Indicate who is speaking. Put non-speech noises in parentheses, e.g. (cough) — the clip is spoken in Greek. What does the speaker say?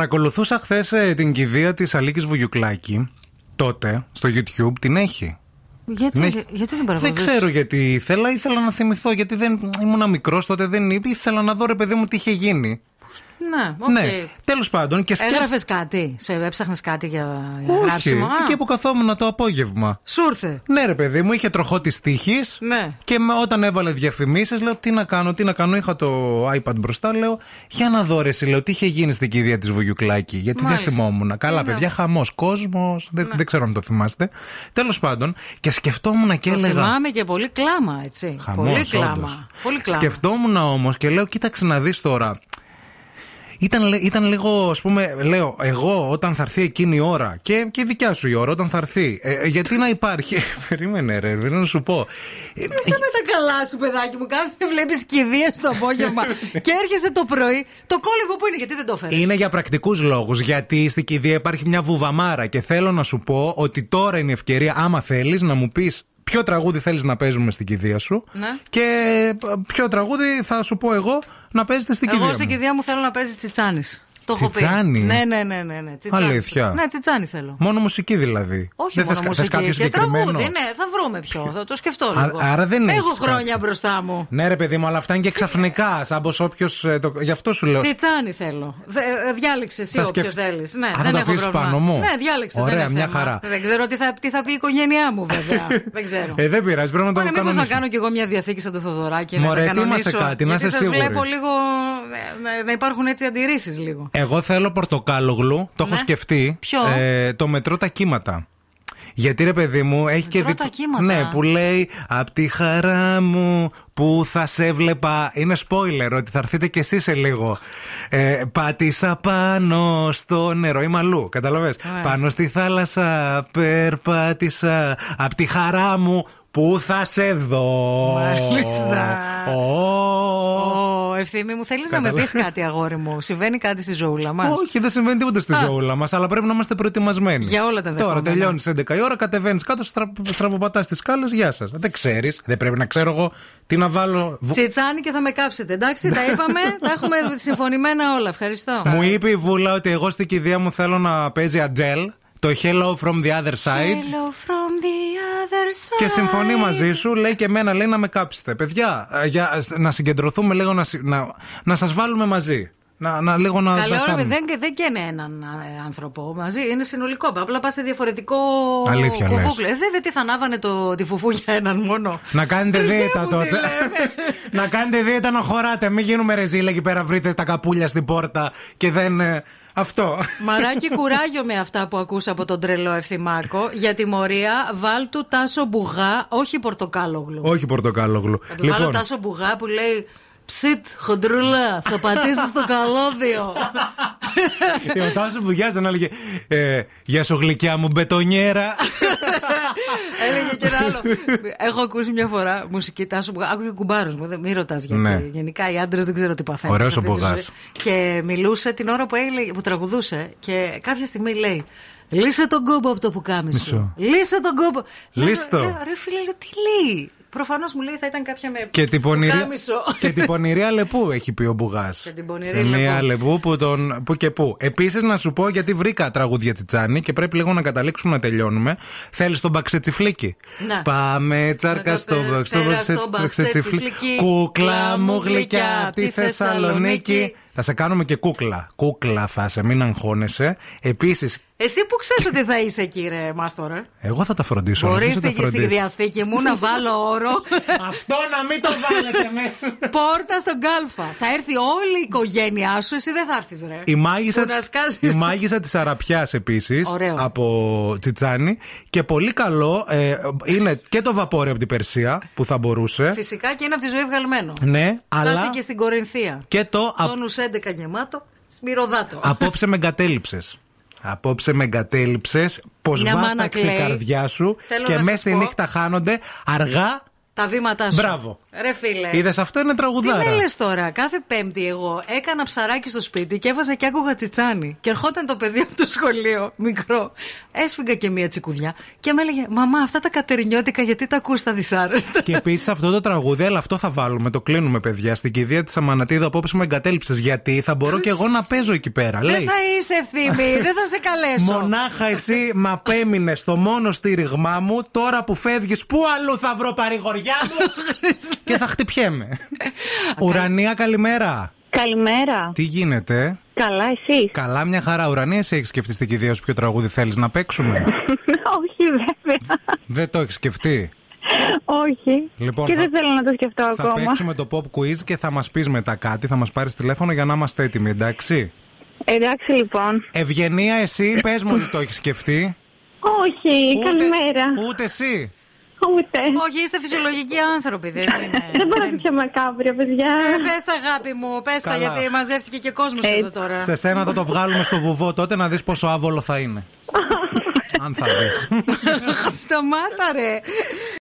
Speaker 1: Παρακολουθούσα χθες την κηδεία της Αλίκης Βουγιουκλάκη. Τότε στο YouTube την έχει.
Speaker 2: Γιατί,
Speaker 1: Ναι.
Speaker 2: για- γιατί δεν
Speaker 1: Δεν
Speaker 2: παρακολουθείς?
Speaker 1: ξέρω γιατί ήθελα. Ήθελα να θυμηθώ γιατί δεν ήμουν μικρός τότε. Δεν είπε. Ήθελα να δω ρε παιδί μου τι είχε γίνει.
Speaker 2: Ναι, οκ.
Speaker 1: Ναι. Τέλος πάντων και σκέφτηκα.
Speaker 2: Έγραφες κάτι, σε έψαχνες κάτι για για
Speaker 1: Όχι.
Speaker 2: γράψιμο. Α,
Speaker 1: Εκεί που καθόμουν το απόγευμα.
Speaker 2: Σου ήρθε.
Speaker 1: Ναι, ρε παιδί μου, είχε τροχό της τύχης.
Speaker 2: Ναι.
Speaker 1: Και με, όταν έβαλε διαφημίσεις, λέω τι να κάνω, τι να κάνω. Είχα το iPad μπροστά, λέω για να δω ρε, εσύ, λέω τι είχε γίνει στην κηδεία της Βουγιουκλάκη. Γιατί
Speaker 2: Μάλιστα.
Speaker 1: δεν θυμόμουν. Καλά, παιδιά, χαμός κόσμος.
Speaker 2: Ναι.
Speaker 1: Δεν, δεν ξέρω αν το θυμάστε. Τέλος πάντων, και σκεφτόμουν και
Speaker 2: Το
Speaker 1: έλεγα.
Speaker 2: θυμάμαι και πολύ κλάμα, έτσι.
Speaker 1: Χαμός,
Speaker 2: πολύ
Speaker 1: όντως.
Speaker 2: κλάμα. Πολύ κλάμα.
Speaker 1: Σκεφτόμουν όμως και λέω, κοίταξε να δεις τώρα. Ήταν, λε- ήταν λίγο, ας πούμε, λέω, εγώ όταν θα έρθει εκείνη η ώρα και, και η δικιά σου η ώρα όταν θα έρθει. ε, ε, γιατί να υπάρχει. (laughs) Περίμενε, ρε, πρέπει να σου πω. Ε,
Speaker 2: Είσαι με τα καλά σου, παιδάκι μου. Κάθε βλέπεις κηδεία στο
Speaker 1: (laughs)
Speaker 2: απόγευμα και έρχεσαι το πρωί. Το κόλληβο που είναι, γιατί δεν το φέρνει.
Speaker 1: Είναι για πρακτικούς λόγους. Γιατί στην κηδεία υπάρχει μια βουβαμάρα και θέλω να σου πω ότι τώρα είναι η ευκαιρία, άμα θέλεις, να μου πεις ποιο τραγούδι θέλεις να παίζουμε στην κηδεία σου
Speaker 2: Ναι.
Speaker 1: και ε, ποιο τραγούδι θα σου πω εγώ να παίζετε στην κηδεία.
Speaker 2: Εγώ στην
Speaker 1: μου.
Speaker 2: κηδεία μου θέλω να παίζει τσιτσάνης. Το έχω πει.
Speaker 1: Τσιτσάνη?
Speaker 2: Ναι, ναι, ναι, ναι. ναι. τσιτσάνη.
Speaker 1: Αλήθεια.
Speaker 2: Ναι, τσιτσάνη θέλω.
Speaker 1: Μόνο μουσική δηλαδή.
Speaker 2: Όχι
Speaker 1: θες,
Speaker 2: μόνο
Speaker 1: κα- θες
Speaker 2: μουσική,
Speaker 1: κάποιο
Speaker 2: και
Speaker 1: συγκεκριμένο.
Speaker 2: τραγούδι, ναι, θα βρούμε ποιο, θα το σκεφτώ
Speaker 1: Α-
Speaker 2: λίγο.
Speaker 1: άρα δεν
Speaker 2: Έχω
Speaker 1: έχεις
Speaker 2: χρόνια
Speaker 1: κάποιο.
Speaker 2: μπροστά μου.
Speaker 1: Ναι, ρε παιδί μου, αλλά αυτά είναι και ξαφνικά. Σαν πως όποιος. Γι' αυτό σου λέω.
Speaker 2: Τσιτσάνι θέλω. Δε- ε, Διάλεξε εσύ
Speaker 1: Θα
Speaker 2: όποιο
Speaker 1: σκεφ-
Speaker 2: θέλεις. Ναι,
Speaker 1: Α, θα
Speaker 2: δεν
Speaker 1: τα
Speaker 2: έχω
Speaker 1: αφήσεις
Speaker 2: πρόβλημα.
Speaker 1: πάνω μου.
Speaker 2: Ναι, διάλεξε. δεν
Speaker 1: Ωραία,
Speaker 2: είναι
Speaker 1: μια
Speaker 2: θέμα.
Speaker 1: χαρά.
Speaker 2: Δεν ξέρω τι θα, τι θα πει η οικογένειά μου, βέβαια. δεν ξέρω.
Speaker 1: (laughs) Ε, δεν πειράζει, πρέπει να το
Speaker 2: Μπορεί μήπως να
Speaker 1: κανονίσουμε.
Speaker 2: κάνω κι εγώ μια διαθήκη σαν το Θοδωράκι.
Speaker 1: Μωρέ,
Speaker 2: να τα
Speaker 1: ετοίμασε
Speaker 2: κανονίσω.
Speaker 1: κάτι, να
Speaker 2: Γιατί
Speaker 1: είσαι
Speaker 2: σας
Speaker 1: σίγουρη.
Speaker 2: βλέπω λίγο. ε, να- Να υπάρχουν έτσι αντιρρήσεις λίγο.
Speaker 1: Εγώ θέλω πορτοκάλογλου, το έχω
Speaker 2: Ναι.
Speaker 1: σκεφτεί.
Speaker 2: Ποιο?
Speaker 1: Ε, το μετρό τα κύματα. Γιατί ρε παιδί μου έχει και
Speaker 2: Μετρώ
Speaker 1: δι-
Speaker 2: τα κύματα.
Speaker 1: Ναι, που λέει Απ' τη χαρά μου που θα σε βλέπα. Είναι spoiler ότι θα έρθετε κι εσείς σε λίγο. Ε, πάτησα πάνω στο νερό. Είμαι αλλού, καταλαβες
Speaker 2: Μάλιστα.
Speaker 1: Πάνω στη θάλασσα περπάτησα. Απ' τη χαρά μου που θα σε δω.
Speaker 2: Μάλιστα.
Speaker 1: Ω.
Speaker 2: Ω, ευθύμη μου, θέλεις να με πει
Speaker 1: Καταλάβα.
Speaker 2: κάτι, αγόρι μου. Συμβαίνει κάτι στη ζωούλα μας.
Speaker 1: Όχι, δεν συμβαίνει τίποτα στη
Speaker 2: Α.
Speaker 1: ζωούλα μας, αλλά πρέπει να είμαστε προετοιμασμένοι.
Speaker 2: Για όλα τα ναι.
Speaker 1: Τώρα
Speaker 2: δεδομένα.
Speaker 1: τελειώνει 11 η ώρα, κατεβαίνεις κάτω, στρα... στραβοπατάς τις κάλε, γεια σας. Δεν ξέρεις, δεν πρέπει να ξέρω εγώ τι να βάλω. Βου-
Speaker 2: Τσιτσάνι και θα με κάψετε, εντάξει, τα είπαμε, τα έχουμε
Speaker 1: (laughs)
Speaker 2: συμφωνημένα όλα. Ευχαριστώ.
Speaker 1: Ναι. Μου είπε η Βούλα ότι εγώ στην κηδεία μου θέλω να παίζει Αντζέλ, το Hello from the other side.
Speaker 2: Hello from the other side.
Speaker 1: Και συμφωνεί μαζί σου, λέει και εμένα, λέει να με κάψετε. Παιδιά, ε, για, ε, να συγκεντρωθούμε λίγο, να, συ- να, να σας βάλουμε μαζί. Να, να λίγο να.
Speaker 2: Καλέ,
Speaker 1: τα
Speaker 2: όλα,
Speaker 1: κάνουμε.
Speaker 2: δεν, δεν καίνε έναν ε, άνθρωπο μαζί. Είναι συνολικό. Απλά πας σε διαφορετικό
Speaker 1: Αλήθεια, λες.
Speaker 2: κουβούκλο. Ε, βέβαια, τι θα ανάβανε το, τη φουφού για έναν μόνο.
Speaker 1: Να κάνετε
Speaker 2: Χριστέ
Speaker 1: δίαιτα
Speaker 2: μου, τι
Speaker 1: τότε.
Speaker 2: λέμε.
Speaker 1: να κάνετε δίαιτα να χωράτε. Μην γίνουμε ρεζίλα εκεί πέρα. Βρείτε τα καπούλια στην πόρτα και δεν. ε, αυτό.
Speaker 2: Μαράκι κουράγιο με αυτά που ακούσα από τον τρελό Ευθυμάκο. Για τιμωρία, βάλ του τάσο μπουγά, όχι πορτοκάλογλου.
Speaker 1: Όχι πορτοκάλογλου. Λοιπόν.
Speaker 2: Θα του βάλω τάσο μπουγά που λέει Ψιτ, χοντρούλα, θα πατήσεις το καλώδιο.
Speaker 1: Ε, ο Τάσος Μπουγιά δεν έλεγε ε, Γεια σου γλυκιά μου, μπετονιέρα.
Speaker 2: (laughs) Έλεγε και ένα άλλο. Έχω ακούσει μια φορά μουσική τάσο που άκουγε κουμπάρο μου. Δεν, μην ρωτάς γιατί.
Speaker 1: Ναι.
Speaker 2: Γενικά οι άντρες δεν ξέρω τι παθαίνουν.
Speaker 1: Ωραίος
Speaker 2: σε αυτή
Speaker 1: ο
Speaker 2: τη
Speaker 1: Μπουγάς.
Speaker 2: ζωή. Και μιλούσε την ώρα που, έλεγε, που τραγουδούσε και κάποια στιγμή λέει. Λύσε τον κόμπο από το πουκάμι σου.
Speaker 1: Μισό.
Speaker 2: Λύσε τον κόμπο.
Speaker 1: Λύσ' το.
Speaker 2: Λέω, λέω, Ρε φίλε, λέω, τι λέει. Προφανώς μου λέει θα ήταν κάποια με.
Speaker 1: και, την πονηρία,
Speaker 2: πουκάμισο.
Speaker 1: (laughs) και την πονηρία λεπού έχει πει ο Μπουγάς.
Speaker 2: Και την πονηρία
Speaker 1: Μία
Speaker 2: Λεπού.
Speaker 1: λεπού που, τον, που και που. Επίσης να σου πω γιατί βρήκα τραγούδια τσιτσάνι και πρέπει λίγο να καταλήξουμε να τελειώνουμε. Θέλεις τον μπαξετσιφλίκι.
Speaker 2: Ναι.
Speaker 1: Πάμε τσάρκα
Speaker 2: Να
Speaker 1: στο
Speaker 2: το πε-
Speaker 1: μπαξε-
Speaker 2: πέρα
Speaker 1: μπαξε-
Speaker 2: στο
Speaker 1: μπαξετσιφλίκι.
Speaker 2: μπαξετσιφλίκι.
Speaker 1: Κούκλα μου γλυκιά από τη Θεσσαλονίκη. Θα σε κάνουμε και κούκλα. Κούκλα θα σε, μην αγχώνεσαι. Επίσης,
Speaker 2: (laughs) Εσύ που ξέρεις ότι θα είσαι, κύριε Μάστορε.
Speaker 1: εγώ θα τα φροντίσω.
Speaker 2: Μπορείς
Speaker 1: εσύ θα τα
Speaker 2: στη, στη
Speaker 1: φροντίσεις.
Speaker 2: διαθήκη μου να βάλω
Speaker 1: (laughs)
Speaker 2: όρο.
Speaker 1: Αυτό να μην το
Speaker 2: (laughs)
Speaker 1: βάλετε, ναι.
Speaker 2: Πόρτα στον κάλφα. Θα έρθει όλη η οικογένειά σου, εσύ δεν θα έρθεις, ρε.
Speaker 1: Η μάγισσα,
Speaker 2: Που να σκάσεις.
Speaker 1: η μάγισσα της Αραπιάς επίσης
Speaker 2: Ωραίο.
Speaker 1: από Τσιτσάνη και πολύ καλό ε, είναι και το βαπόρι από την Περσία που θα μπορούσε
Speaker 2: Φυσικά και είναι από τη ζωή βγαλμένο.
Speaker 1: ναι, αλλά
Speaker 2: Στάθηκε στην Κορινθία.
Speaker 1: και το α-
Speaker 2: Τόνου 11 γεμάτο, σμυροδάτο.
Speaker 1: απόψε με εγκατέλειψες Απόψε με εγκατέλειψες πως
Speaker 2: Μια μάνα
Speaker 1: βάσταξε η
Speaker 2: κλαίει.
Speaker 1: καρδιά σου
Speaker 2: Θέλω
Speaker 1: και
Speaker 2: να
Speaker 1: μέσα
Speaker 2: σας
Speaker 1: στη
Speaker 2: πω.
Speaker 1: νύχτα χάνονται αργά
Speaker 2: τα βήματά σου.
Speaker 1: Μπράβο.
Speaker 2: Ρε φίλε.
Speaker 1: Είδες αυτό είναι
Speaker 2: Ε. Τι
Speaker 1: τραγουδάρα.
Speaker 2: με λες τώρα, κάθε Πέμπτη εγώ έκανα ψαράκι στο σπίτι και έβαζα και άκουγα τσιτσάνι. Και ερχόταν το παιδί από το σχολείο, μικρό. Έσφυγγα και μία τσικουδιά και με έλεγε Μαμά, αυτά τα κατερινιώτικα γιατί τα ακούς τα δυσάρεστα.
Speaker 1: Και επίσης αυτό το τραγούδι, αλλά αυτό θα βάλουμε, το κλείνουμε παιδιά. Στην κηδεία της Αμανατίδα απόψε με εγκατέλειψες. Γιατί θα μπορώ και εγώ να παίζω εκεί πέρα.
Speaker 2: Δεν
Speaker 1: Λέει.
Speaker 2: θα είσαι ευθύμη, δεν θα σε καλέσω.
Speaker 1: Μονάχα εσύ μ' απέμεινες στο μόνο στήριγμά μου. Τώρα που φεύγεις, πού αλλού θα βρω παρηγοριά μου. και θα χτυπιέμαι. Ουρανία, καλημέρα.
Speaker 3: Καλημέρα.
Speaker 1: Τι γίνεται.
Speaker 3: Καλά, εσύ.
Speaker 1: Καλά, μια χαρά. Ουρανία, σε έχεις σκεφτεί στην κηδεία σου ποιο τραγούδι θέλεις να παίξουμε.
Speaker 3: (laughs) Όχι, βέβαια.
Speaker 1: Δεν το έχεις σκεφτεί.
Speaker 3: Όχι.
Speaker 1: Λοιπόν,
Speaker 3: και
Speaker 1: θα-
Speaker 3: δεν θέλω να το σκεφτώ
Speaker 1: Θα
Speaker 3: ακόμα.
Speaker 1: παίξουμε το pop quiz και θα μας πεις μετά κάτι. Θα μας πάρεις τηλέφωνο για να είμαστε έτοιμοι, εντάξει.
Speaker 3: Εντάξει, λοιπόν.
Speaker 1: Ευγενία, εσύ πες μου ότι το έχεις σκεφτεί.
Speaker 3: Όχι, Ε, καλημέρα.
Speaker 1: Ούτε εσύ.
Speaker 3: Ούτε.
Speaker 2: Όχι, είστε φυσιολογικοί άνθρωποι, δεν είναι.
Speaker 3: Ε, Δεν μπορώ να το πιο μακάβριο, παιδιά.
Speaker 2: Πες τα αγάπη μου, πες τα
Speaker 1: Καλά.
Speaker 2: γιατί μαζεύτηκε και κόσμος
Speaker 3: Ε,
Speaker 2: εδώ τώρα.
Speaker 1: Σε σένα θα το βγάλουμε στο βουβό τότε να δεις πόσο άβολο θα είναι. Αν θα δεις.
Speaker 2: (laughs) Σταμάτα ρε.